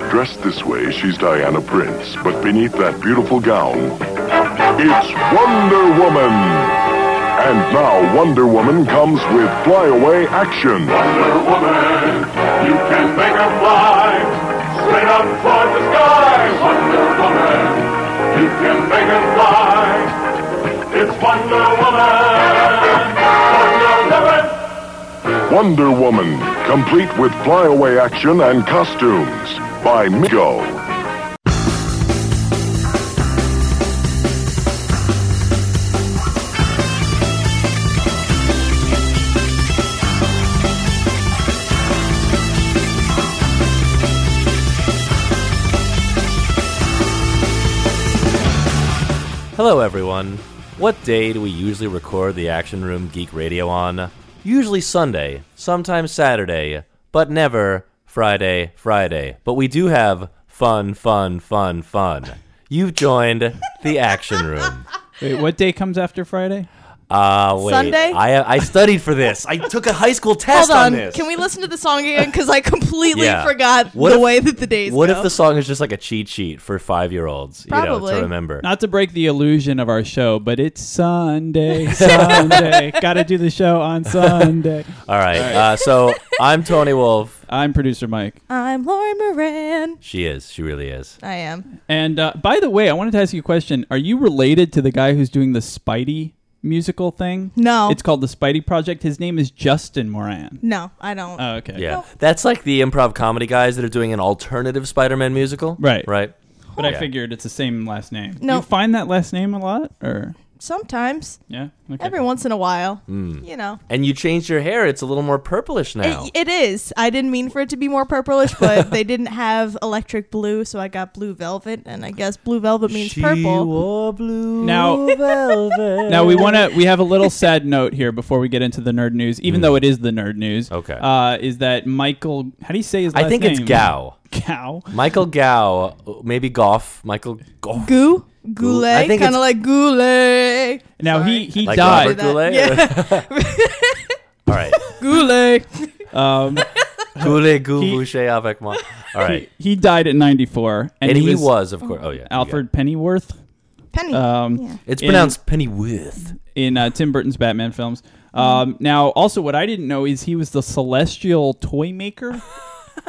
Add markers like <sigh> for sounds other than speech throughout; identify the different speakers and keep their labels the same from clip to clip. Speaker 1: Dressed this way, she's Diana Prince, but beneath that beautiful gown, it's Wonder Woman. And now Wonder Woman comes with flyaway action.
Speaker 2: Wonder Woman, you can make her fly straight up toward the sky. Wonder Woman, you can make her fly. It's Wonder Woman, Wonder Woman.
Speaker 1: Wonder Woman, complete with flyaway action and costumes by Miko.
Speaker 3: Hello, everyone. What day do we usually record the Action Room Geek Radio on? Usually Sunday, sometimes Saturday, but never Friday, Friday. But we do have fun, fun, fun, fun. You've joined the Action Room.
Speaker 4: Wait, what day comes after Friday?
Speaker 3: Uh, wait,
Speaker 5: Sunday?
Speaker 3: I, I studied for this. I took a high school test
Speaker 5: Hold on.
Speaker 3: this.
Speaker 5: Can we listen to the song again? Because I
Speaker 3: <laughs>
Speaker 5: completely
Speaker 3: Yeah.
Speaker 5: forgot
Speaker 3: What
Speaker 5: the
Speaker 3: if-
Speaker 5: way that the days
Speaker 3: What
Speaker 5: go.
Speaker 3: if the song is just like a cheat sheet for five year olds? You know,
Speaker 5: Probably.
Speaker 3: to remember.
Speaker 4: Not to break the illusion of our show, but it's
Speaker 3: <laughs>
Speaker 4: Sunday, Sunday. Got to do the show on Sunday.
Speaker 3: All right. Uh, so I'm Tony Wolf.
Speaker 4: I'm producer Mike.
Speaker 5: I'm Lauren Moran.
Speaker 3: She is. She really is.
Speaker 5: I am.
Speaker 4: And uh, by the way, I wanted to ask you a question. Are you related to the guy who's doing the Spidey musical thing?
Speaker 5: No.
Speaker 4: It's called the Spidey Project. His name is Justin Moran.
Speaker 5: No, I don't.
Speaker 3: Uh,
Speaker 4: Oh, okay.
Speaker 3: Yeah. That's like the improv comedy guys that are doing an alternative Spider Man musical.
Speaker 4: Right.
Speaker 3: Right.
Speaker 4: But
Speaker 3: Yeah.
Speaker 4: I figured it's the same last name.
Speaker 5: No.
Speaker 4: You find that last name a lot, or
Speaker 5: Sometimes,
Speaker 4: yeah? Okay.
Speaker 5: every once in a while,
Speaker 3: Hmm.
Speaker 5: you know.
Speaker 3: And you changed your hair. It's a little more purplish now.
Speaker 5: It, it is. I didn't mean for it to be more purplish,
Speaker 3: <laughs>
Speaker 5: but they didn't have electric blue, so I got blue velvet, and I guess blue velvet means purple.
Speaker 3: wore blue
Speaker 4: Now-
Speaker 3: velvet.
Speaker 4: Now we want to. We have a little sad note here before we get into the nerd news, even though it is the nerd news.
Speaker 3: Hmm. Okay.
Speaker 4: Uh, is that Michael? How do you say his last
Speaker 3: I think it's
Speaker 4: name?
Speaker 3: Gao.
Speaker 4: <laughs> Gao.
Speaker 3: Michael Gao. Maybe Goff. Michael Goff.
Speaker 5: Goo?
Speaker 3: I
Speaker 5: Goulet?
Speaker 3: think it's-
Speaker 5: Kind of like goulet.
Speaker 4: Now he he
Speaker 3: Like
Speaker 4: died.
Speaker 3: Robert Goulet? <laughs>
Speaker 5: Yeah.
Speaker 3: All
Speaker 4: <laughs>
Speaker 3: right. <laughs>
Speaker 5: goulet.
Speaker 4: Um,
Speaker 3: Goulet, Gou, Boucher, avec moi. All right.
Speaker 4: he died at 94, and,
Speaker 3: And he
Speaker 4: was,
Speaker 3: was, of course. Oh, yeah.
Speaker 4: Alfred Pennyworth.
Speaker 5: Penny.
Speaker 4: Um,
Speaker 5: Yeah.
Speaker 3: It's
Speaker 4: in-
Speaker 3: pronounced Pennyworth.
Speaker 4: in uh, Tim Burton's Batman films. Um, now, also, what I didn't know is he was the celestial toy maker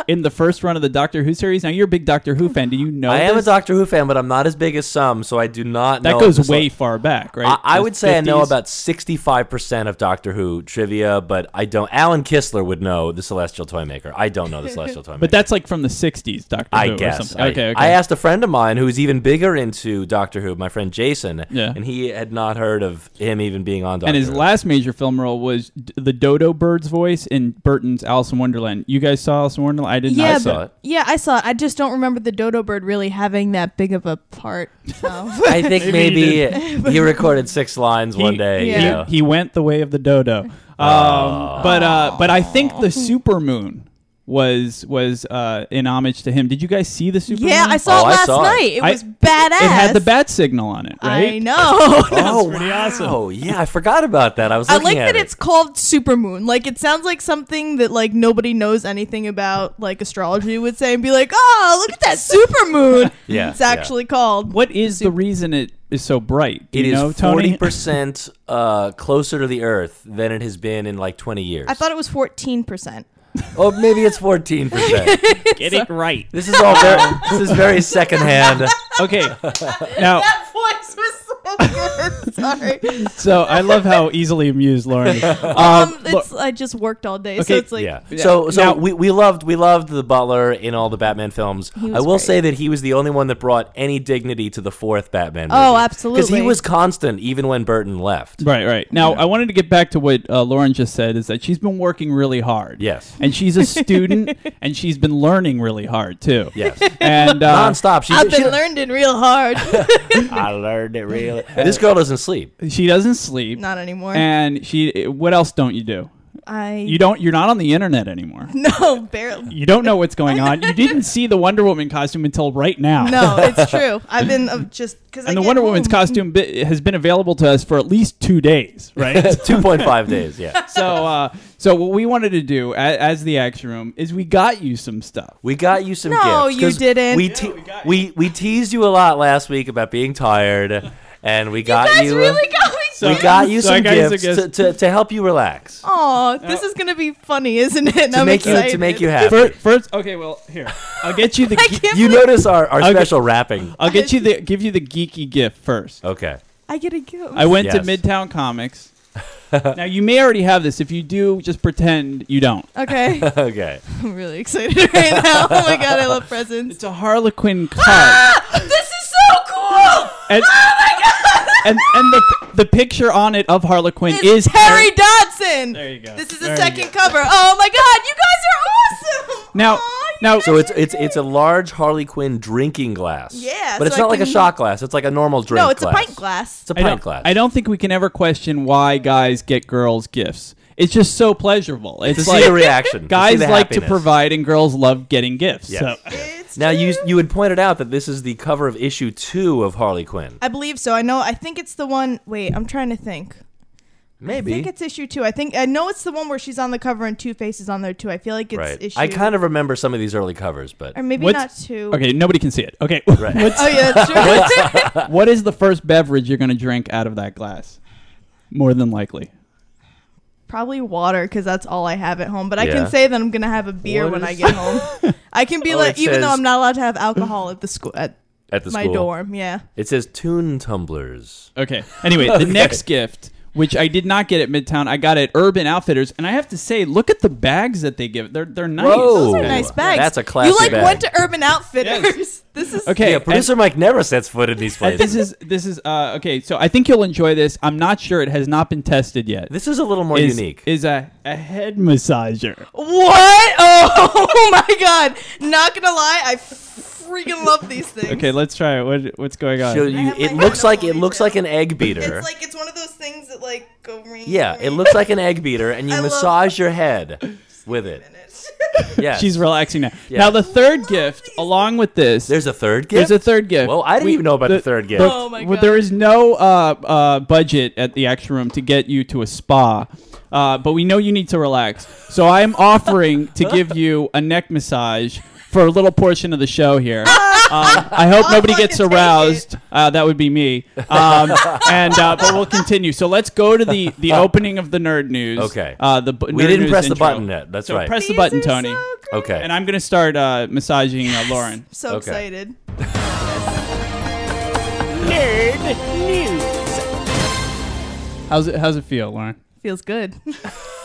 Speaker 4: in the first run of the Doctor Who series. Now, you're a big Doctor Who fan. Do you know?
Speaker 3: I am a
Speaker 4: this?
Speaker 3: Doctor Who fan, but I'm not as big as some, so I do not
Speaker 4: That
Speaker 3: know.
Speaker 4: goes
Speaker 3: this-
Speaker 4: way far back, right?
Speaker 3: I, I
Speaker 4: The
Speaker 3: would say I know
Speaker 4: 50s?
Speaker 3: about 65% of Doctor Who trivia, but I don't. Alan Kistler would know the Celestial Toymaker. I don't know the
Speaker 4: <laughs>
Speaker 3: Celestial Toymaker.
Speaker 4: But that's like from the '60s, Doctor
Speaker 3: I
Speaker 4: Who. Or
Speaker 3: guess.
Speaker 4: something.
Speaker 3: I,
Speaker 4: okay, okay.
Speaker 3: I asked a friend of mine who's even bigger into Doctor Who, my friend Jason,
Speaker 4: Yeah.
Speaker 3: and he had not heard of him even being on Doctor
Speaker 4: and his
Speaker 3: Who.
Speaker 4: last major film role was d- the Dodo Bird's voice in Burton's Alice in Wonderland. You guys saw Alice in Wonderland? I did
Speaker 5: yeah,
Speaker 4: not.
Speaker 3: saw
Speaker 5: but-
Speaker 3: it.
Speaker 5: Yeah, I saw it. I just don't remember the dodo bird really having that big of a part.
Speaker 4: <laughs>
Speaker 5: So. <laughs>
Speaker 3: I think
Speaker 4: Maybe he
Speaker 3: maybe, <laughs> he recorded six lines one day.
Speaker 4: He,
Speaker 3: you
Speaker 5: Yeah.
Speaker 3: know.
Speaker 4: he went the way of the dodo. Um,
Speaker 5: Oh.
Speaker 4: But uh, but I think the super moon was was uh, in homage to him. Did you guys see the super
Speaker 5: yeah,
Speaker 4: moon?
Speaker 5: I saw
Speaker 3: Oh,
Speaker 5: it
Speaker 3: I
Speaker 5: last
Speaker 3: saw it.
Speaker 5: night. It
Speaker 4: I-
Speaker 5: was badass.
Speaker 4: It had the bat signal on it, right? <laughs>
Speaker 5: I know.
Speaker 3: oh, wow. Yeah, I forgot about that. I was
Speaker 5: I
Speaker 3: looking
Speaker 5: like
Speaker 3: at
Speaker 5: that it's called Supermoon. Like it sounds like something that like nobody knows anything about like astrology would say and be like, "Oh, look at
Speaker 4: <laughs>
Speaker 5: that supermoon."
Speaker 3: Yeah,
Speaker 5: It's
Speaker 3: yeah.
Speaker 5: actually called.
Speaker 4: What is the reason it is so bright? Do
Speaker 3: It
Speaker 4: you
Speaker 3: is
Speaker 4: know, Tony?
Speaker 3: forty percent uh, closer to the Earth than it has been in like twenty years.
Speaker 5: I thought it was 14%.
Speaker 3: oh, maybe it's fourteen percent.
Speaker 4: Get it right.
Speaker 3: This is all very. this is very secondhand.
Speaker 4: Okay.
Speaker 5: <laughs>
Speaker 4: Now,
Speaker 5: That voice was so
Speaker 4: <laughs>
Speaker 5: <laughs> good. Sorry.
Speaker 4: so I love how easily amused Lauren is.
Speaker 5: Um, it's, I just worked all day, so
Speaker 4: Okay,
Speaker 5: it's like
Speaker 3: yeah. So so
Speaker 4: Now-
Speaker 3: we, we loved we loved the Butler in all the Batman films.
Speaker 5: was
Speaker 3: I will
Speaker 5: great.
Speaker 3: say that he was the only one that brought any dignity to the fourth Batman. Movie,
Speaker 5: Oh,
Speaker 3: Because he
Speaker 5: absolutely.
Speaker 3: was constant even when Burton left.
Speaker 4: Right, right. Now, I wanted to get back to what uh, Lauren just said is that she's been working really hard.
Speaker 3: Yes.
Speaker 4: And
Speaker 3: <laughs>
Speaker 4: she's a student and she's been learning really hard, too.
Speaker 3: Yes.
Speaker 4: And uh,
Speaker 3: Nonstop. She,
Speaker 5: I've
Speaker 3: she,
Speaker 5: been learning real
Speaker 3: <laughs>
Speaker 5: hard.
Speaker 3: I learned it <laughs>
Speaker 4: <laughs>
Speaker 3: really. This girl doesn't sleep.
Speaker 4: she doesn't sleep.
Speaker 5: Not anymore.
Speaker 4: And she, what else don't you do?
Speaker 5: I
Speaker 4: You don't. You're not on the internet anymore.
Speaker 5: <laughs> no
Speaker 4: <laughs>
Speaker 5: barely.
Speaker 4: You don't know what's going on. You didn't see the Wonder Woman costume until right now.
Speaker 5: No, it's true. I've been uh, just hmm. because
Speaker 4: And the Wonder Woman's costume bi- has been available to us for at least two days,
Speaker 3: <laughs>
Speaker 4: right?
Speaker 3: 2.5 days, yeah.
Speaker 4: so, uh, so what we wanted to do as, as the action room is we got you some stuff.
Speaker 3: We got you some gifts.
Speaker 5: No, you
Speaker 3: 'cause
Speaker 5: didn't.
Speaker 3: We,
Speaker 5: Yeah,
Speaker 3: te-
Speaker 4: we got you.
Speaker 3: we we teased you a lot last week about being tired, and we got
Speaker 5: That's
Speaker 3: you.
Speaker 5: really going.
Speaker 4: So-
Speaker 3: we got you
Speaker 4: So I
Speaker 3: some
Speaker 4: got you some
Speaker 3: gifts,
Speaker 4: gifts.
Speaker 3: to, to, to help you relax,
Speaker 4: Uh,
Speaker 5: Oh, this is gonna be funny, isn't it? And
Speaker 3: to
Speaker 5: I'm
Speaker 3: make
Speaker 5: excited.
Speaker 3: you to make you happy.
Speaker 4: First, first, okay, well, here I'll get
Speaker 5: <laughs>
Speaker 4: you the.
Speaker 5: I
Speaker 4: ge-
Speaker 5: can't
Speaker 3: you
Speaker 5: believe
Speaker 3: notice our, our
Speaker 4: Okay.
Speaker 3: special wrapping.
Speaker 4: I'll get you the give you the geeky gift first.
Speaker 3: Okay. <laughs>
Speaker 5: I get a gift.
Speaker 4: I went
Speaker 3: Yes.
Speaker 4: to
Speaker 3: <laughs>
Speaker 4: Midtown Comics. now you may already have this. If you do, just pretend you don't.
Speaker 5: <laughs> okay,
Speaker 3: <laughs> Okay.
Speaker 5: I'm really excited <laughs> right now. Oh my god, I love presents.
Speaker 4: It's a
Speaker 5: <laughs>
Speaker 4: Harlequin card,
Speaker 5: this is so cool. <laughs> Oh
Speaker 4: and, and and the the picture on it of Harlequin
Speaker 5: It's
Speaker 4: is
Speaker 5: Harry Dodson.
Speaker 4: There you go.
Speaker 5: This is the
Speaker 4: There you
Speaker 5: second cover. Oh my god, you guys are awesome.
Speaker 4: Now-
Speaker 5: Aw, you
Speaker 4: now-
Speaker 5: guys
Speaker 3: So it's
Speaker 5: are
Speaker 3: it's
Speaker 5: great.
Speaker 3: it's a large Harley Quinn drinking glass.
Speaker 5: Yeah,
Speaker 3: But it's
Speaker 5: so I
Speaker 3: not like a
Speaker 5: can-
Speaker 3: shot glass. It's like a normal drink.
Speaker 5: no, it's
Speaker 3: glass.
Speaker 5: a pint glass.
Speaker 3: It's a
Speaker 4: I
Speaker 3: pint
Speaker 4: don't,
Speaker 3: glass.
Speaker 4: I don't think we can ever question why guys get girls gifts. It's just so pleasurable. It's
Speaker 3: to
Speaker 4: like
Speaker 3: see the reaction. to see
Speaker 4: guys
Speaker 3: the
Speaker 4: like to
Speaker 3: happiness.
Speaker 4: provide, and girls love getting gifts.
Speaker 3: Yes.
Speaker 4: So.
Speaker 5: It's
Speaker 3: Now you
Speaker 5: true.
Speaker 3: you had pointed out that this is the cover of issue two of Harley Quinn.
Speaker 5: I believe so. I know. I think it's the one. Wait, I'm trying to think. I
Speaker 3: Maybe.
Speaker 5: think it's issue two. I think I know it's the one where she's on the cover and Two Faces on there too. I feel like it's
Speaker 3: right.
Speaker 5: issue.
Speaker 3: I kind of remember some of these early covers, but
Speaker 5: or maybe
Speaker 4: What's-
Speaker 5: not two.
Speaker 4: Okay, nobody can see it. Okay,
Speaker 3: Right.
Speaker 4: <laughs> what's,
Speaker 5: <laughs> Oh
Speaker 3: <laughs>
Speaker 5: yeah, that's true.
Speaker 4: what is the first beverage you're going to drink out of that glass? More than likely,
Speaker 5: <laughs> Probably water because that's all I have at home. But I
Speaker 3: Yeah.
Speaker 5: can say that I'm gonna have a beer
Speaker 3: What
Speaker 5: when I
Speaker 3: is- <laughs>
Speaker 5: get home. I can be
Speaker 3: Oh,
Speaker 5: like,
Speaker 3: it
Speaker 5: even though
Speaker 3: says-
Speaker 5: I'm not allowed to have alcohol at the school at
Speaker 3: at the
Speaker 5: my
Speaker 3: school
Speaker 5: dorm. Yeah.
Speaker 3: it says tune tumblers.
Speaker 4: Okay. Anyway,
Speaker 3: <laughs>
Speaker 4: the next gift, which I did not get at Midtown, I got at Urban Outfitters, and I have to say, look at the bags that they give. They're they're nice.
Speaker 3: Whoa.
Speaker 5: Those are
Speaker 3: Ooh.
Speaker 5: nice
Speaker 3: Yeah,
Speaker 5: bags.
Speaker 3: that's a
Speaker 5: You
Speaker 3: classy
Speaker 5: like
Speaker 3: bag.
Speaker 5: went to Urban Outfitters. <laughs> This is
Speaker 4: Okay.
Speaker 3: yeah,
Speaker 4: and-
Speaker 3: producer Mike never sets foot in
Speaker 4: <laughs>
Speaker 3: these
Speaker 4: and
Speaker 3: places.
Speaker 4: this is this is uh, okay. So I think you'll enjoy this. I'm not sure it has not been tested yet.
Speaker 3: This is a little more
Speaker 4: is,
Speaker 3: unique.
Speaker 4: is a, a head massager.
Speaker 5: what? <laughs> Oh my god! Not gonna lie, I freaking love these things.
Speaker 4: Okay, let's try it. What, what's going on?
Speaker 3: so you,
Speaker 5: have my
Speaker 3: it
Speaker 5: hand
Speaker 3: looks
Speaker 5: on
Speaker 3: like
Speaker 5: the
Speaker 3: it looks
Speaker 5: detail.
Speaker 3: like an egg beater.
Speaker 5: <laughs> It's like it's one of those things that like go ring.
Speaker 3: yeah, it
Speaker 5: ring.
Speaker 3: looks like an egg beater, and you
Speaker 5: <laughs> I love-
Speaker 3: massage your head with
Speaker 5: <laughs>
Speaker 3: it. Yeah,
Speaker 4: She's relaxing now.
Speaker 3: Yeah.
Speaker 4: Now the third
Speaker 5: Love
Speaker 4: gift,
Speaker 5: these
Speaker 4: along with this,
Speaker 3: there's a third gift.
Speaker 4: there's a third gift.
Speaker 3: Well, I didn't even know about the third gift.
Speaker 5: Oh my
Speaker 4: well,
Speaker 5: God.
Speaker 4: There is no uh, uh, budget at the action room to get you to a spa, uh, but we know you need to relax. So I am offering to give you a neck massage for a little portion of the show here.
Speaker 5: <laughs>
Speaker 4: Um, I hope nobody
Speaker 5: Oh, fucking
Speaker 4: gets
Speaker 5: take
Speaker 4: aroused. Uh, that would be me.
Speaker 5: <laughs>
Speaker 4: Um, and uh, but we'll continue. So let's go to the the opening of the nerd news.
Speaker 3: Okay.
Speaker 4: Uh, the bu-
Speaker 3: We
Speaker 4: nerd
Speaker 3: didn't
Speaker 4: news
Speaker 3: press the
Speaker 4: intro.
Speaker 3: button yet. That's
Speaker 4: So
Speaker 3: right.
Speaker 5: <laughs>
Speaker 4: Press the
Speaker 5: These
Speaker 4: button,
Speaker 5: are so
Speaker 4: Tony.
Speaker 5: great.
Speaker 3: okay,
Speaker 4: and I'm gonna start uh, massaging uh, Lauren.
Speaker 5: So
Speaker 3: Okay.
Speaker 5: excited.
Speaker 4: How's it How's it feel, Lauren?
Speaker 3: <laughs>
Speaker 5: Feels good.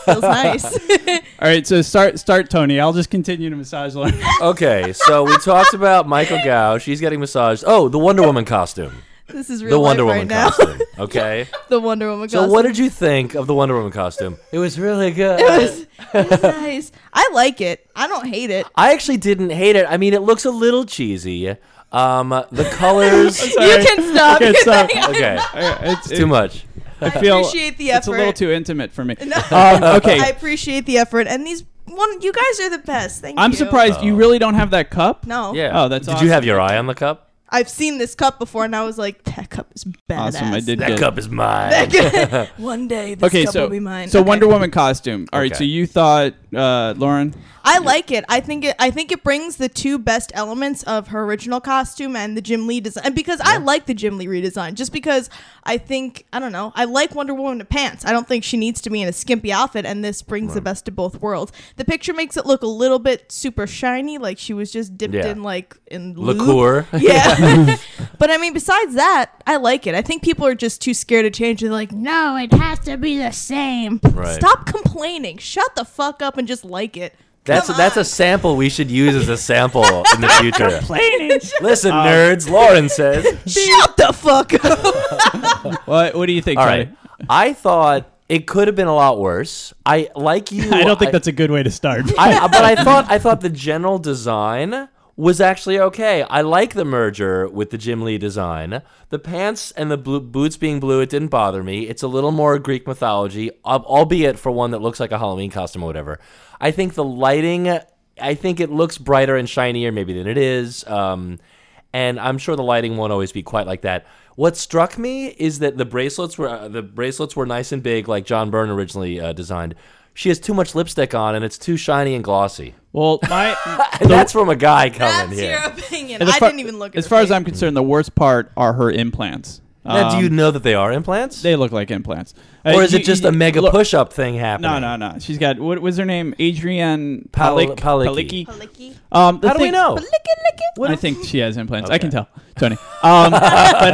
Speaker 5: Feels nice. <laughs>
Speaker 4: All right, so start start Tony. I'll just continue to massage Lauren. <laughs>
Speaker 3: okay. So we talked about Michael Gow. She's getting massaged. Oh, the Wonder Woman
Speaker 5: <laughs>
Speaker 3: costume.
Speaker 5: this is real
Speaker 3: The Wonder
Speaker 5: life
Speaker 3: Woman
Speaker 5: right now. <laughs>
Speaker 3: costume. Okay.
Speaker 5: the Wonder Woman
Speaker 3: So
Speaker 5: costume.
Speaker 3: what did you think of the Wonder Woman costume? It was really good.
Speaker 5: It was, it was nice. I like it. I don't hate it.
Speaker 3: I actually didn't hate it. I mean, it looks a little cheesy. Um,
Speaker 5: <laughs>
Speaker 3: the colors.
Speaker 4: Sorry.
Speaker 5: You can stop. <laughs>
Speaker 4: Okay, stop.
Speaker 3: okay,
Speaker 4: All right, it's,
Speaker 3: too much.
Speaker 4: I feel
Speaker 5: appreciate the
Speaker 4: It's a little
Speaker 5: effort.
Speaker 4: too intimate for me.
Speaker 5: <laughs> No.
Speaker 4: Um, okay,
Speaker 5: I appreciate the effort and these one. You guys are the best. Thank
Speaker 4: I'm
Speaker 5: you.
Speaker 4: surprised you really don't have that cup.
Speaker 5: No.
Speaker 3: Yeah.
Speaker 4: Oh, that's
Speaker 3: Did you have
Speaker 4: awesome.
Speaker 3: your eye on the cup?
Speaker 5: I've seen this cup before, and I was like, that cup is badass.
Speaker 4: Awesome, I did
Speaker 3: That
Speaker 4: good.
Speaker 3: cup is mine.
Speaker 5: <laughs> One day, this
Speaker 4: Okay,
Speaker 5: cup
Speaker 4: so
Speaker 5: will be mine.
Speaker 4: so
Speaker 5: Okay.
Speaker 4: Wonder Woman costume. All right,
Speaker 3: Okay.
Speaker 4: so you thought uh, Lauren?
Speaker 5: I like it. I think it. I think it brings the two best elements of her original costume and the Jim Lee design. And because I like the Jim Lee redesign, just because I think I don't know. I like Wonder Woman in pants. I don't think she needs to be in a skimpy outfit, and this brings the best of both worlds. The picture makes it look a little bit super shiny, like she was just dipped
Speaker 3: Yeah.
Speaker 5: in like in lube.
Speaker 3: liqueur. <laughs>
Speaker 5: Yeah. but I mean, besides that, I like it. I think people are just too scared to change. They're like, no, it has to be the same.
Speaker 3: Right.
Speaker 5: Stop complaining. Shut the fuck up and just like it.
Speaker 3: That's
Speaker 5: Come
Speaker 3: that's a
Speaker 5: on.
Speaker 3: sample we should use as a sample in <laughs> the future. Listen,
Speaker 4: Um,
Speaker 3: nerds. Lauren
Speaker 4: <laughs>
Speaker 3: says.
Speaker 5: Shut the fuck <laughs> up.
Speaker 4: What What do you think?
Speaker 3: All
Speaker 4: Tony?
Speaker 3: right. I thought it could have been a lot worse. I like you.
Speaker 4: <laughs>
Speaker 3: <laughs>
Speaker 4: I don't think that's a good way to start.
Speaker 3: I, but I thought I thought the general design was actually okay. I like the merger with the Jim Lee design. The pants and the blue, boots being blue, it didn't bother me. It's a little more Greek mythology, al- albeit for one that looks like a Halloween costume or whatever. I think the lighting, I think it looks brighter and shinier maybe than it is. Um, and I'm sure the lighting won't always be quite like that. What struck me is that the bracelets were uh, the bracelets were nice and big, like John Byrne originally uh, designed. She has too much lipstick on, and it's too shiny and glossy.
Speaker 4: <laughs> Well,
Speaker 5: <laughs>
Speaker 4: my
Speaker 3: And that's from a guy coming
Speaker 5: That's
Speaker 3: here.
Speaker 5: your opinion.
Speaker 4: as
Speaker 5: I
Speaker 4: far-
Speaker 5: didn't even look. At
Speaker 4: As
Speaker 5: her
Speaker 4: far as
Speaker 5: face.
Speaker 4: I'm concerned, the worst part are her implants.
Speaker 3: Now, do you
Speaker 4: Um,
Speaker 3: know that they are implants,
Speaker 4: They look like implants. Uh,
Speaker 3: or is
Speaker 4: you-
Speaker 3: it just
Speaker 4: you-
Speaker 3: a mega
Speaker 4: look-
Speaker 3: push-up thing happening?
Speaker 4: No, no, no. She's got what was her name? Adrienne
Speaker 3: Pal-
Speaker 4: Palik
Speaker 3: Palicki.
Speaker 4: Palicki.
Speaker 5: Licky,
Speaker 4: Um, the
Speaker 3: How do we
Speaker 4: thing-
Speaker 3: know?
Speaker 4: I think she has implants. I can tell, Tony. Um, <laughs> but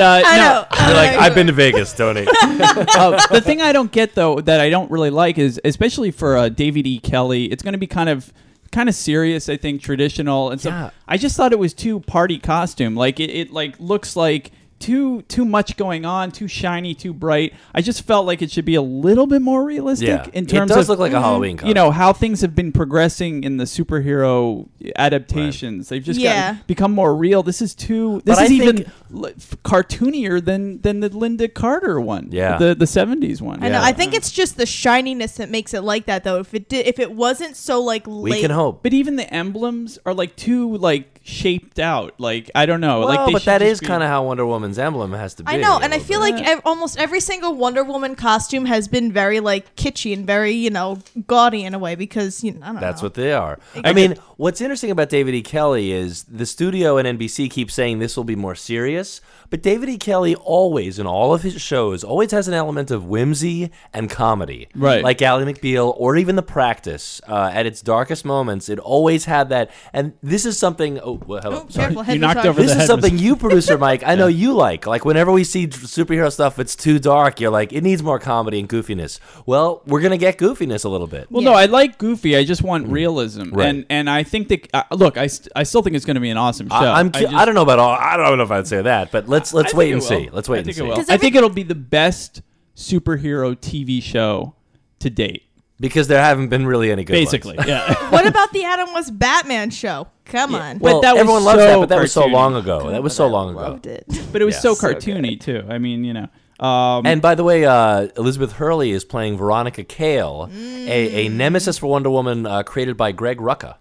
Speaker 4: uh,
Speaker 5: <laughs> I
Speaker 4: no,
Speaker 5: know. I'm
Speaker 3: Like I've been to Vegas, Tony.
Speaker 4: uh, the thing I don't get though that I don't really like is especially for uh, David E. Kelly, it's going to be kind of kind of serious. I think traditional and stuff.
Speaker 3: Yeah.
Speaker 4: I just thought it was too party costume. Like it, it like looks like too too much going on, too shiny, too bright. I just felt like it should be a little bit more realistic
Speaker 3: yeah,
Speaker 4: in terms
Speaker 3: it does
Speaker 4: of
Speaker 3: look like a Halloween costume.
Speaker 4: you know how things have been progressing in the superhero adaptations. They've just
Speaker 5: Yeah.
Speaker 4: gotten, become more real. This is too. This
Speaker 3: But I
Speaker 4: is even
Speaker 3: think-
Speaker 4: l- f- cartoonier than than the Linda Carter one.
Speaker 3: Yeah.
Speaker 4: the the seventies one.
Speaker 5: I know.
Speaker 3: Yeah.
Speaker 5: I think it's just the shininess that makes it like that, though. If it did, if it wasn't so like
Speaker 3: we
Speaker 5: late,
Speaker 3: can hope.
Speaker 4: But even the emblems are like too like shaped out. Like I don't know.
Speaker 3: well,
Speaker 4: like they
Speaker 3: oh, but
Speaker 4: should
Speaker 3: that
Speaker 4: just
Speaker 3: is
Speaker 4: be-
Speaker 3: kind of how Wonder Woman's emblem has to be.
Speaker 5: I know,
Speaker 3: a
Speaker 5: and I
Speaker 3: little
Speaker 5: feel
Speaker 3: bit.
Speaker 5: like ev- almost every single Wonder Woman costume has been very like kitschy and very you know gaudy in a way because you know, I don't
Speaker 3: That's
Speaker 5: know.
Speaker 3: what they are. I mean, what's interesting about David E. Kelly is the studio and NBC keep saying this will be more serious, but David E. Kelly always, in all of his shows, always has an element of whimsy and comedy.
Speaker 4: Right.
Speaker 3: Like Ally McBeal or even The Practice. Uh, at its darkest moments, it always had that. And this is something. Oh, well, hello.
Speaker 5: Oh,
Speaker 3: Sorry.
Speaker 5: careful, head
Speaker 4: You
Speaker 5: was
Speaker 4: knocked
Speaker 5: hard.
Speaker 4: over the
Speaker 3: <laughs> This is
Speaker 4: head
Speaker 3: something you, producer Mike, I
Speaker 4: <laughs>
Speaker 3: know you like. Like whenever we see d- superhero stuff, it's too dark. You're like, it needs more comedy and goofiness. Well, we're gonna get goofiness a little bit.
Speaker 4: Well, no,
Speaker 5: Yeah.
Speaker 4: I like Goofy. I just want realism,
Speaker 3: Mm-hmm. Right.
Speaker 4: and and I think that uh, look, I, st- I still think it's going to be an awesome show.
Speaker 3: I, I'm. cu- I,
Speaker 4: just-
Speaker 3: don't know about all. I don't know if I'd say that, but let's let's
Speaker 4: I
Speaker 3: wait
Speaker 4: think
Speaker 3: and
Speaker 4: it
Speaker 3: see.
Speaker 4: will.
Speaker 3: Let's
Speaker 4: I
Speaker 3: wait and
Speaker 4: think
Speaker 3: see.
Speaker 4: it will.
Speaker 5: 'Cause
Speaker 4: I
Speaker 5: every-
Speaker 4: think it'll be the best superhero TV show to date.
Speaker 3: Because there haven't been really any good. ones.
Speaker 4: <laughs> Basically, yeah.
Speaker 5: what about the Adam West Batman show? Come on,
Speaker 3: Well,
Speaker 4: But that was
Speaker 3: everyone loves that,
Speaker 4: so
Speaker 3: but that was so
Speaker 4: cartoony.
Speaker 3: long ago. That was so
Speaker 5: I
Speaker 3: long ago.
Speaker 5: Loved it.
Speaker 4: but it was
Speaker 3: Yeah.
Speaker 4: so
Speaker 3: So
Speaker 4: cartoony too. I mean, you know. Um,
Speaker 3: And by the way, uh, Elizabeth Hurley is playing Veronica Kale, a, a nemesis for Wonder Woman uh, created by Greg Rucka.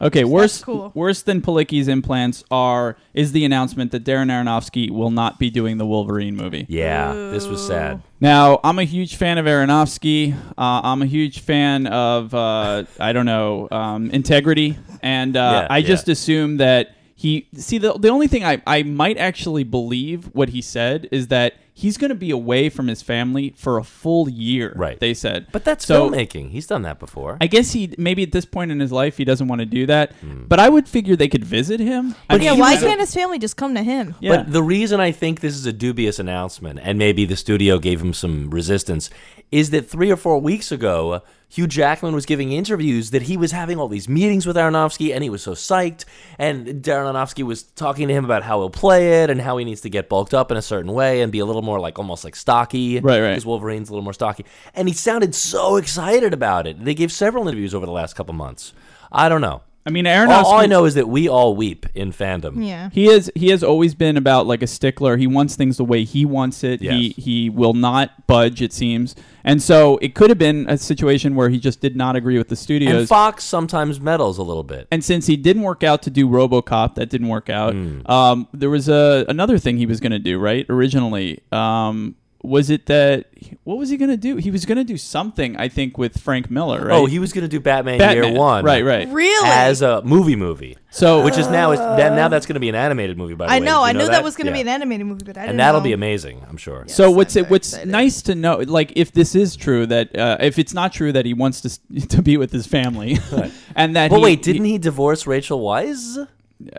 Speaker 4: okay, worse
Speaker 5: cool.
Speaker 4: worse than Palicki's implants are is the announcement that Darren Aronofsky will not be doing the Wolverine movie.
Speaker 3: Yeah, this was sad.
Speaker 4: Now, I'm a huge fan of Aronofsky. Uh, I'm a huge fan of, uh, I don't know, um, integrity. And
Speaker 3: Yeah,
Speaker 4: uh, I just
Speaker 3: yeah.
Speaker 4: assume that he. See, the, the only thing I, I might actually believe what he said is that he's going to be away from his family for a full year,
Speaker 3: Right.
Speaker 4: they said.
Speaker 3: But that's
Speaker 4: so,
Speaker 3: filmmaking. He's done that before.
Speaker 4: I guess he maybe at this point in his life he doesn't want to do that, but I would figure they could visit
Speaker 3: Hmm.
Speaker 4: him. I
Speaker 3: But
Speaker 4: mean,
Speaker 5: Yeah,
Speaker 3: he
Speaker 5: why
Speaker 3: was a-
Speaker 5: can't his family just come to him?
Speaker 4: yeah.
Speaker 3: But the reason I think this is a dubious announcement, and maybe the studio gave him some resistance, is that three or four weeks ago, Hugh Jackman was giving interviews that he was having all these meetings with Aronofsky, and he was so psyched. And Darren Aronofsky was talking to him about how he'll play it and how he needs to get bulked up in a certain way and be a little more like almost like stocky.
Speaker 4: Right, right.
Speaker 3: Because Wolverine's a little more stocky, and he sounded so excited about it. They gave several interviews over the last couple months. I don't know.
Speaker 4: I mean, Aronofsky.
Speaker 3: All, all I know is that we all weep in fandom.
Speaker 5: Yeah.
Speaker 4: He is he has always been about like a stickler. He wants things the way he wants it. He
Speaker 3: Yes.
Speaker 4: he will not budge it seems. And so it could have been a situation where he just did not agree with the studios.
Speaker 3: And Fox sometimes meddles a little bit.
Speaker 4: And since he didn't work out to do RoboCop, that didn't work out.
Speaker 3: Hmm.
Speaker 4: Um, there was a another thing he was going to do, right? Originally, um, was it that what was he going to do? He was going to do something, I think, with Frank Miller, right?
Speaker 3: Oh, he was going to do Batman,
Speaker 4: Batman.
Speaker 3: Year One,
Speaker 4: right? Right.
Speaker 5: Really? Uh,
Speaker 3: As a movie movie,
Speaker 4: So
Speaker 3: which is now is that now that's going to be an animated movie. By the
Speaker 5: I
Speaker 3: way, Did
Speaker 5: know. I
Speaker 3: you
Speaker 5: knew
Speaker 3: know
Speaker 5: that, was going to
Speaker 3: Yeah.
Speaker 5: be an animated movie, but I didn't
Speaker 3: and that'll
Speaker 5: know.
Speaker 3: be amazing. I'm sure.
Speaker 4: So what's
Speaker 5: I'm
Speaker 4: it?
Speaker 5: very
Speaker 4: What's
Speaker 5: excited.
Speaker 4: nice to know, like if this is true that uh, if it's not true that he wants to s- <laughs> to be with his family, <laughs> and that
Speaker 3: But
Speaker 4: he,
Speaker 3: wait, didn't he divorce Rachel Wise?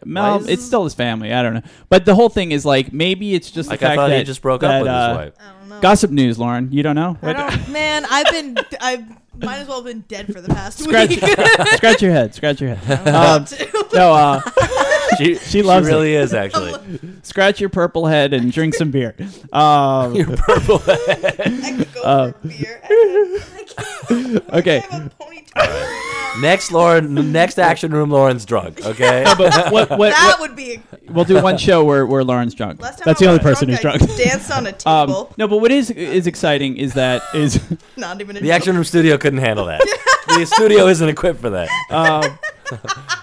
Speaker 4: Mal-
Speaker 3: Wise?
Speaker 4: it's still his family. I don't know, but the whole thing is like maybe it's just
Speaker 3: Like,
Speaker 4: the
Speaker 3: I
Speaker 4: fact
Speaker 3: thought he
Speaker 4: that
Speaker 3: just broke
Speaker 4: that,
Speaker 3: up with his
Speaker 4: uh,
Speaker 3: wife.
Speaker 5: I don't know.
Speaker 4: Gossip news, Lauren. You don't know?
Speaker 5: I don't, man, I've been. I might as well have been dead for the past
Speaker 4: Scratch,
Speaker 5: week. <laughs>
Speaker 4: scratch your head. Scratch your head. Um, no, uh,
Speaker 3: <laughs> She,
Speaker 4: loves
Speaker 3: she really is actually.
Speaker 4: scratch your purple head and drink some beer. Um,
Speaker 3: Your purple.
Speaker 5: I could go for a beer. I can't. I
Speaker 4: <laughs> <laughs> Okay.
Speaker 5: have a ponytail right now.
Speaker 3: next Lauren, next action room, Lauren's
Speaker 5: <laughs>
Speaker 3: drunk. Okay.
Speaker 4: But what, what,
Speaker 5: That
Speaker 4: what,
Speaker 5: would be.
Speaker 4: we'll do one show where, where Lauren's drunk.
Speaker 5: Last time
Speaker 6: That's
Speaker 5: I
Speaker 6: the only
Speaker 5: was
Speaker 6: person who's
Speaker 5: I
Speaker 6: drunk.
Speaker 5: danced on a
Speaker 4: Um,
Speaker 5: table.
Speaker 4: no, but what is is exciting is that is
Speaker 5: Not even a
Speaker 3: the action room studio couldn't handle
Speaker 5: <laughs>
Speaker 3: that. the studio isn't equipped for that.
Speaker 4: um,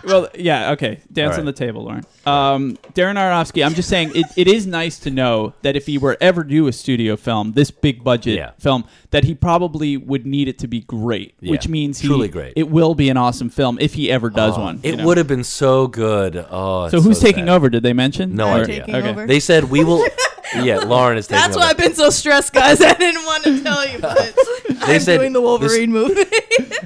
Speaker 4: well, yeah, okay. Dance
Speaker 3: All right.
Speaker 4: on the table, Lauren. Um, Darren Aronofsky. I'm just saying, it, it is nice to know that if he were ever to do a studio film, this big budget
Speaker 3: Yeah.
Speaker 4: film, that he probably would need it to be great,
Speaker 3: Yeah,
Speaker 4: which means he,
Speaker 3: truly great.
Speaker 4: It will be an awesome film if he ever does one. you
Speaker 3: It
Speaker 4: know?
Speaker 3: would have been so good. Oh, it's
Speaker 4: So who's taking
Speaker 3: sad.
Speaker 4: over? Did they mention?
Speaker 3: No
Speaker 4: Or-
Speaker 5: I'm
Speaker 3: idea.
Speaker 5: taking
Speaker 4: okay.
Speaker 5: over.
Speaker 3: They said we
Speaker 5: <laughs>
Speaker 3: will. Yeah, Lauren is taking
Speaker 5: That's
Speaker 3: over.
Speaker 5: why I've been so stressed, guys. <laughs> I didn't want to tell you, but
Speaker 3: They
Speaker 5: I'm
Speaker 3: said
Speaker 5: doing the
Speaker 3: this-
Speaker 5: Wolverine movie,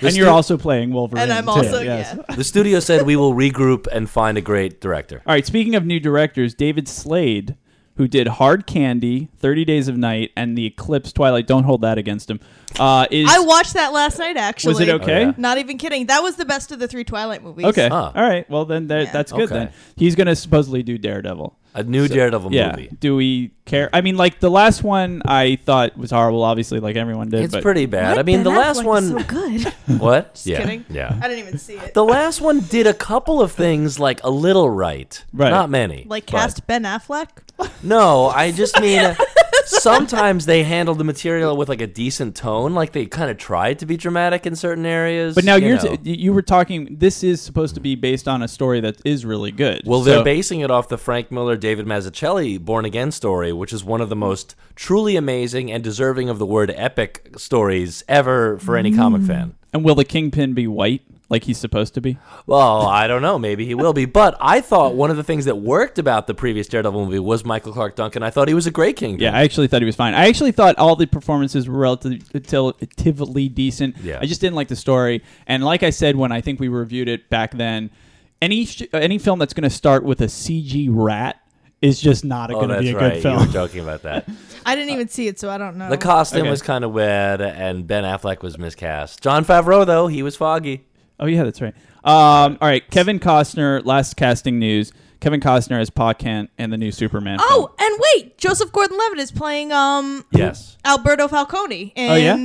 Speaker 5: <laughs>
Speaker 6: and you're also playing Wolverine.
Speaker 5: and I'm
Speaker 6: too,
Speaker 5: also
Speaker 6: yes.
Speaker 5: yeah.
Speaker 3: the studio said we will regroup and find a great director.
Speaker 4: All right. Speaking of new directors, David Slade, who did Hard Candy, Thirty Days of Night, and The Eclipse, Twilight. Don't hold that against him. Uh, is
Speaker 5: I watched that last night. Actually,
Speaker 4: was it okay?
Speaker 3: Oh, yeah.
Speaker 5: Not even kidding. That was the best of the three Twilight movies.
Speaker 4: Okay.
Speaker 3: Ah.
Speaker 4: All right. Well, then that,
Speaker 5: Yeah.
Speaker 4: that's good.
Speaker 3: Okay.
Speaker 4: Then he's going to supposedly do Daredevil.
Speaker 3: A new Daredevil
Speaker 4: Yeah.
Speaker 3: movie.
Speaker 4: Do we care? I mean, like the last one, I thought was horrible. Obviously, like everyone did.
Speaker 3: It's
Speaker 4: but
Speaker 3: pretty bad. I mean, the last <laughs> one.
Speaker 5: <laughs> good.
Speaker 3: What? yeah.
Speaker 5: kidding.
Speaker 3: Yeah.
Speaker 5: I didn't even see it.
Speaker 3: The last one did a couple of things like a little right,
Speaker 4: Right.
Speaker 3: not many.
Speaker 5: like
Speaker 3: but-
Speaker 5: cast Ben Affleck. <laughs>
Speaker 3: No, I just mean uh, sometimes they handle the material with like a decent tone, like they kind of tried to be dramatic in certain areas.
Speaker 4: But now
Speaker 3: you
Speaker 4: you're
Speaker 3: know.
Speaker 4: t- you were talking. This is supposed to be based on a story that is really good.
Speaker 3: well,
Speaker 4: So-
Speaker 3: they're basing it off the Frank Miller, David Mazzucchelli Born Again story, which is one of the most truly amazing and deserving of the word epic stories ever for any comic
Speaker 4: Mm.
Speaker 3: fan.
Speaker 4: And will the kingpin be white like he's supposed to be?
Speaker 3: Well, I don't know. Maybe he will be. But I thought one of the things that worked about the previous Daredevil movie was Michael Clark Duncan. I thought he was a great king.
Speaker 4: Yeah, I actually thought he was fine. I actually thought all the performances were relatively decent.
Speaker 3: Yeah.
Speaker 4: I just didn't like the story. And like I said when I think we reviewed it back then, any sh- any film that's going to start with a CG rat is just not a
Speaker 3: Oh,
Speaker 4: going to
Speaker 3: that's
Speaker 4: be a
Speaker 3: right.
Speaker 4: good
Speaker 3: You were
Speaker 4: film.
Speaker 3: joking about that.
Speaker 5: I didn't even see it, so I don't know.
Speaker 3: The costume
Speaker 4: Okay.
Speaker 3: was kind of weird, and Ben Affleck was miscast. John Favreau, though, he was foggy.
Speaker 4: <laughs> Oh yeah, that's right. Um, all right, Kevin Costner. Last casting news: Kevin Costner as Pa Kent and the new Superman. film.
Speaker 5: oh, and wait, Joseph Gordon-Levitt is playing um
Speaker 3: Yes.
Speaker 5: Alberto Falcone in
Speaker 4: Oh, yeah?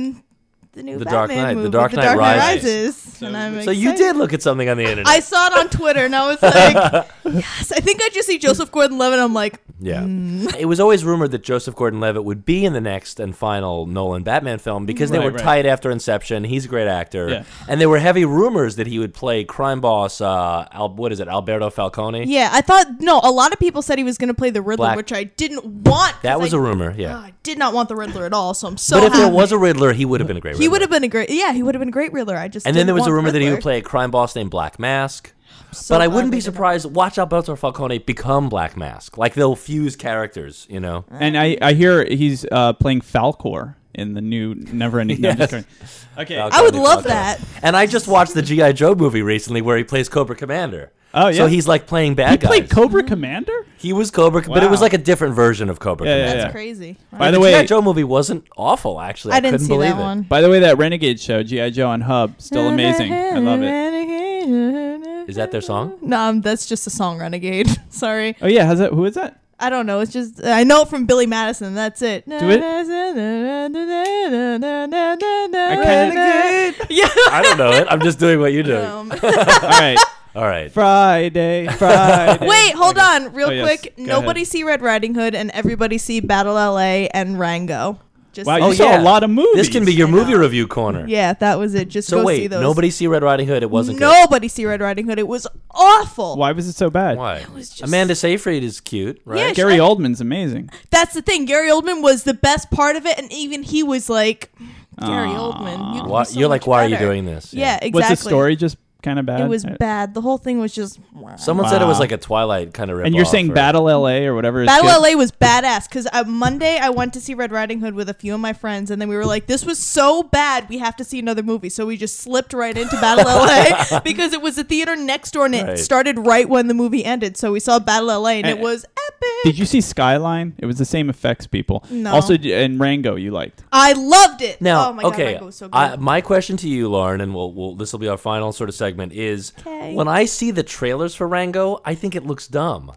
Speaker 5: the new
Speaker 3: The Dark
Speaker 5: Batman
Speaker 3: Knight- The
Speaker 5: movie,
Speaker 3: Dark
Speaker 5: The
Speaker 3: Knight
Speaker 5: Dark Knight
Speaker 3: Rises.
Speaker 5: Rises. and I'm
Speaker 3: So you
Speaker 5: excited.
Speaker 3: did look at something on the internet.
Speaker 5: I saw it on Twitter, and I was like,
Speaker 3: <laughs>
Speaker 5: yes. I think I just see Joseph Gordon-Levitt. I'm like,
Speaker 3: yeah.
Speaker 5: Mm.
Speaker 3: It was always rumored that Joseph Gordon-Levitt would be in the next and final Nolan Batman film because they
Speaker 4: Right,
Speaker 3: were
Speaker 4: right.
Speaker 3: tight after Inception. He's a great actor,
Speaker 4: Yeah.
Speaker 3: and there were heavy rumors that he would play crime boss. Uh, Al- what is it, Alberto Falcone?
Speaker 5: yeah. I thought no. A lot of people said he was going to play the Riddler,
Speaker 3: Black-
Speaker 5: which I didn't want. 'cause
Speaker 3: That was
Speaker 5: I-
Speaker 3: a rumor.
Speaker 5: Oh,
Speaker 3: Yeah.
Speaker 5: I did not want the Riddler at all. So I'm so.
Speaker 3: But if there
Speaker 5: happy.
Speaker 3: was a Riddler, he would have been a great.
Speaker 5: he
Speaker 3: Riddler.
Speaker 5: would have been a great. Yeah, he would have been a great Riddler. I just.
Speaker 3: And then
Speaker 5: didn't
Speaker 3: there was a
Speaker 5: want
Speaker 3: rumor that he would
Speaker 5: Riddler.
Speaker 3: play a crime boss named Black Mask.
Speaker 5: So
Speaker 3: but I
Speaker 5: glad
Speaker 3: wouldn't
Speaker 5: we
Speaker 3: be
Speaker 5: did not.
Speaker 3: surprised. Watch Alberto Falcone become Black Mask. Like they'll fuse characters, you know.
Speaker 4: And I, I hear he's uh, playing Falcor in the new Never Ending. No, I'm just
Speaker 3: Yes.
Speaker 4: kidding. okay.
Speaker 3: Falcone,
Speaker 5: I would love
Speaker 3: Falcone.
Speaker 5: that.
Speaker 3: And I just watched the GI Joe movie recently where he plays Cobra Commander.
Speaker 4: Oh, yeah.
Speaker 3: So he's like playing bad
Speaker 4: He
Speaker 3: guys.
Speaker 4: played Cobra Commander.
Speaker 3: He was Cobra, but it was
Speaker 4: Wow.
Speaker 3: like a different version of Cobra.
Speaker 4: Yeah, yeah,
Speaker 3: Commander.
Speaker 5: That's
Speaker 4: yeah.
Speaker 5: crazy.
Speaker 4: By the
Speaker 3: The
Speaker 4: way,
Speaker 3: GI Joe movie wasn't awful actually. I,
Speaker 5: I didn't
Speaker 3: couldn't
Speaker 5: see
Speaker 3: believe
Speaker 5: that
Speaker 3: it.
Speaker 5: one.
Speaker 4: By the way, that Renegade show, G.I. Joe on Hub, still amazing. I love it.
Speaker 3: Is that their song?
Speaker 5: No, um, that's just a song, Renegade. <laughs> Sorry,
Speaker 4: Oh yeah, how's that? Who is that?
Speaker 5: I don't know. It's just I know it from Billy Madison. That's it. Do <laughs>
Speaker 4: it.
Speaker 5: Renegade.
Speaker 3: <laughs>
Speaker 4: <laughs>
Speaker 5: Yeah.
Speaker 3: I don't know it. I'm just doing what you do.
Speaker 5: Um, <laughs>
Speaker 4: Oh, All right,
Speaker 3: All right.
Speaker 4: Friday,
Speaker 5: <laughs>
Speaker 4: Friday.
Speaker 5: wait, hold on, real
Speaker 4: Oh, yes.
Speaker 5: quick.
Speaker 4: Go
Speaker 5: Nobody
Speaker 4: ahead.
Speaker 5: see Red Riding Hood, and everybody see Battle L.A. and Rango. Just
Speaker 4: Wow, you
Speaker 3: Oh,
Speaker 4: saw
Speaker 3: yeah.
Speaker 4: a lot of movies.
Speaker 3: This can be your movie review corner.
Speaker 5: yeah, that was it. Just
Speaker 3: So
Speaker 5: go
Speaker 3: wait,
Speaker 5: see those.
Speaker 3: nobody see Red Riding Hood. It wasn't good.
Speaker 5: nobody see Red Riding Hood. It was awful.
Speaker 4: Why was it so bad?
Speaker 3: Why?
Speaker 5: was just-
Speaker 3: Amanda Seyfried is cute, right?
Speaker 5: Yeah,
Speaker 4: Gary
Speaker 5: she-
Speaker 4: Oldman's amazing.
Speaker 5: That's the thing. Gary Oldman was the best part of it, and even he was like, Gary Oldman. You could
Speaker 3: Why,
Speaker 5: do so
Speaker 3: you're like,
Speaker 5: much
Speaker 3: why are you
Speaker 5: better."
Speaker 3: doing this?
Speaker 5: Yeah, exactly.
Speaker 4: What's the story? Just kind of bad.
Speaker 5: It was
Speaker 4: Uh,
Speaker 5: bad. The whole thing was just.
Speaker 3: Someone said it was
Speaker 4: Wow.
Speaker 3: like a Twilight kind of rip
Speaker 4: And you're saying
Speaker 3: or,
Speaker 4: Battle L.A. or whatever. is
Speaker 5: Battle
Speaker 4: good.
Speaker 5: LA was badass because uh, Monday I went to see Red Riding Hood with a few of my friends, and then we were like, "This was so bad, we have to see another movie." So we just slipped right into Battle
Speaker 3: <laughs>
Speaker 5: LA because it was the theater next door, and it
Speaker 3: Right. uh,
Speaker 5: started right when the movie ended. So we saw Battle LA, and it
Speaker 4: And-
Speaker 5: was epic.
Speaker 4: Did you see Skyline? It was the same effects people.
Speaker 5: No.
Speaker 4: Also, d- and Rango you liked.
Speaker 5: I loved it.
Speaker 3: Now,
Speaker 5: oh my god,
Speaker 3: okay,
Speaker 5: Rango was so good.
Speaker 3: I, my question to you, Lauren, and we'll, we'll this will be our final sort of segment is:
Speaker 5: Okay.
Speaker 3: when I see the trailers for Rango, I think it looks dumb.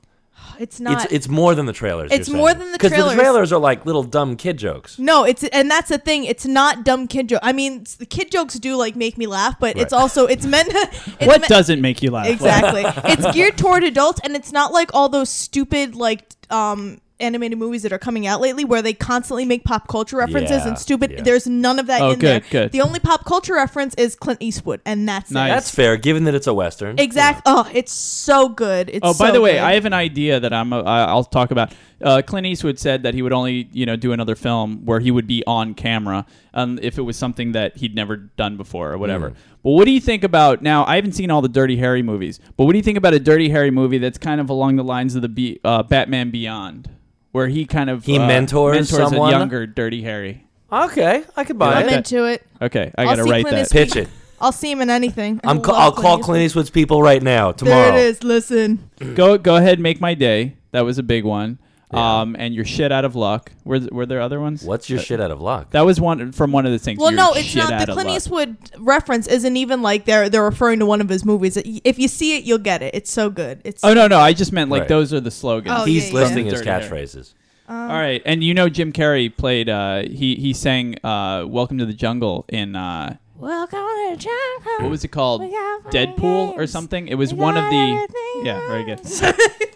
Speaker 5: It's not.
Speaker 3: it's it's more than the trailers.
Speaker 5: It's
Speaker 3: you're
Speaker 5: more
Speaker 3: saying.
Speaker 5: than the
Speaker 3: 'Cause
Speaker 5: trailers.
Speaker 3: the trailers are like little dumb kid jokes.
Speaker 5: no, it's and that's the thing. It's not dumb kid joke. I mean, it's- the kid jokes do like make me laugh, but it's
Speaker 3: Right.
Speaker 5: also it's meant. <laughs> it's
Speaker 6: What
Speaker 5: meant-
Speaker 6: doesn't make you
Speaker 4: <laughs>
Speaker 6: laugh?
Speaker 5: exactly? it's geared toward adults, and it's not like all those stupid like um animated movies that are coming out lately where they constantly make pop culture references
Speaker 3: Yeah,
Speaker 5: and stupid.
Speaker 3: yeah.
Speaker 5: There's none of that
Speaker 4: Oh,
Speaker 5: in
Speaker 4: good,
Speaker 5: there.
Speaker 4: good.
Speaker 5: The only pop culture reference is Clint Eastwood, and that's
Speaker 4: Nice.
Speaker 5: it.
Speaker 3: That's fair, given that it's a western.
Speaker 5: Exactly. Oh, it's so good. It's
Speaker 4: Oh, by
Speaker 5: so
Speaker 4: the way,
Speaker 5: good.
Speaker 4: I have an idea that I'm. Uh, I'll talk about. Uh, Clint Eastwood said that he would only, you know, do another film where he would be on camera, um, if it was something that he'd never done before or whatever.
Speaker 3: Mm.
Speaker 4: But what do you think about now? I haven't seen all the Dirty Harry movies, but what do you think about a Dirty Harry movie that's kind of along the lines of the Be- uh, Batman Beyond, where he kind of
Speaker 3: He
Speaker 4: uh,
Speaker 3: mentors someone?
Speaker 4: a younger Dirty Harry?
Speaker 3: Okay, I could buy
Speaker 5: I'm
Speaker 3: it.
Speaker 4: Yeah.
Speaker 5: into it.
Speaker 4: Okay, I
Speaker 5: I'll
Speaker 4: gotta
Speaker 5: see
Speaker 4: write
Speaker 5: Clint
Speaker 4: that.
Speaker 5: Eastwood.
Speaker 3: Pitch it.
Speaker 5: I'll see him in anything. I
Speaker 3: I'm ca-
Speaker 5: love
Speaker 3: I'll call
Speaker 5: Eastwood.
Speaker 3: Clint Eastwood's people right now tomorrow.
Speaker 5: There it is. Listen,
Speaker 4: Go, go ahead, make my day. That was a big one. Um, and you're shit out of luck. Were, th- were there other ones?
Speaker 3: What's your shit out of luck?
Speaker 4: That was one from one of the things.
Speaker 5: well,
Speaker 4: You're
Speaker 5: no, it's
Speaker 4: shit
Speaker 5: not.
Speaker 4: out
Speaker 5: The
Speaker 4: of
Speaker 5: Clint
Speaker 4: luck.
Speaker 5: Eastwood reference isn't even like they're they're referring to one of his movies. If you see it, you'll get it. It's so good. It's
Speaker 4: Oh no, no, I just meant like
Speaker 3: Right.
Speaker 4: those are the slogans.
Speaker 5: Oh,
Speaker 3: He's
Speaker 5: yeah, yeah.
Speaker 3: listing his
Speaker 4: Dirty Harry.
Speaker 3: catchphrases.
Speaker 5: Oh.
Speaker 4: All right, and you know Jim Carrey played. Uh, he he sang uh, "Welcome to the Jungle" in uh,
Speaker 5: welcome to Jungle.
Speaker 4: what was it called?
Speaker 5: We got five
Speaker 4: Deadpool or
Speaker 5: names.
Speaker 4: something. It was
Speaker 5: We
Speaker 4: one of
Speaker 5: got
Speaker 4: the.
Speaker 5: everything
Speaker 4: Yeah, very
Speaker 5: <laughs>
Speaker 4: good.
Speaker 5: else.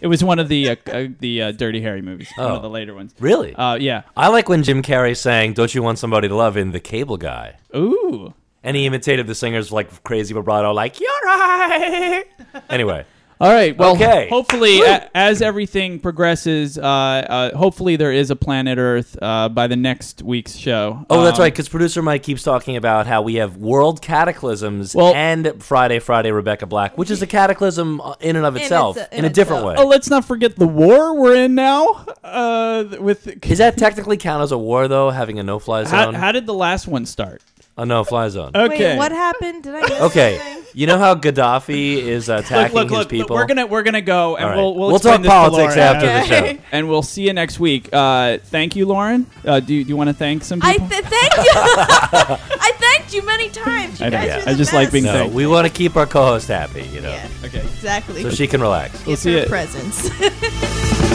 Speaker 4: It was one of the uh, uh, the uh, Dirty Harry movies. One
Speaker 3: Oh.
Speaker 4: of the later ones.
Speaker 3: Really?
Speaker 4: Uh, yeah.
Speaker 3: I like when Jim Carrey sang "Don't You Want Somebody to Love" in "The Cable Guy,"
Speaker 4: Ooh.
Speaker 3: and he imitated the singer's like crazy vibrato, like "You're
Speaker 4: <laughs>
Speaker 3: right." Anyway,
Speaker 4: All right. Well,
Speaker 3: Okay.
Speaker 4: hopefully, a, as everything progresses, uh, uh, hopefully there is a planet Earth uh, by the next week's show.
Speaker 3: oh, that's
Speaker 4: Um,
Speaker 3: right, because producer Mike keeps talking about how we have world cataclysms
Speaker 4: Well-
Speaker 3: and Friday, Friday, Rebecca Black, which is a cataclysm uh, in and of itself, in,
Speaker 5: its-
Speaker 3: a
Speaker 5: in
Speaker 3: different
Speaker 5: itself.
Speaker 3: way.
Speaker 4: Oh, let's not forget the war we're in now. Uh, with
Speaker 5: Oh.
Speaker 3: Is that technically count as a war though? Having a no-fly
Speaker 4: how,
Speaker 3: zone,
Speaker 4: how did the last one start?
Speaker 3: a no-fly zone.
Speaker 4: Uh,
Speaker 5: Wait, what happened? Did
Speaker 4: <laughs>
Speaker 5: I? Miss
Speaker 3: Okay,
Speaker 5: something?
Speaker 3: you know how Gaddafi is attacking
Speaker 4: look, look,
Speaker 3: his
Speaker 4: look.
Speaker 3: people.
Speaker 4: We're gonna we're gonna go, and
Speaker 3: All right.
Speaker 4: we'll we'll,
Speaker 3: talk
Speaker 4: explain this to
Speaker 3: politics
Speaker 4: Lauren.
Speaker 3: after the
Speaker 4: <laughs>
Speaker 5: Okay.
Speaker 3: show.
Speaker 4: and we'll see you next week. Uh, thank you, Lauren. Uh, do you, do you want to thank some
Speaker 5: I
Speaker 4: people?
Speaker 5: th- thank you. <laughs> I thanked you many times. You
Speaker 4: I know.
Speaker 5: guys
Speaker 4: Yeah.
Speaker 5: are
Speaker 4: I
Speaker 5: the
Speaker 4: just like
Speaker 5: best.
Speaker 4: being
Speaker 3: No,
Speaker 4: thanked.
Speaker 3: we want to keep our co-host happy, you know,
Speaker 5: Yeah,
Speaker 4: okay.
Speaker 5: exactly.
Speaker 3: so she can relax.
Speaker 5: Give
Speaker 4: see
Speaker 5: her
Speaker 4: it.
Speaker 5: presents.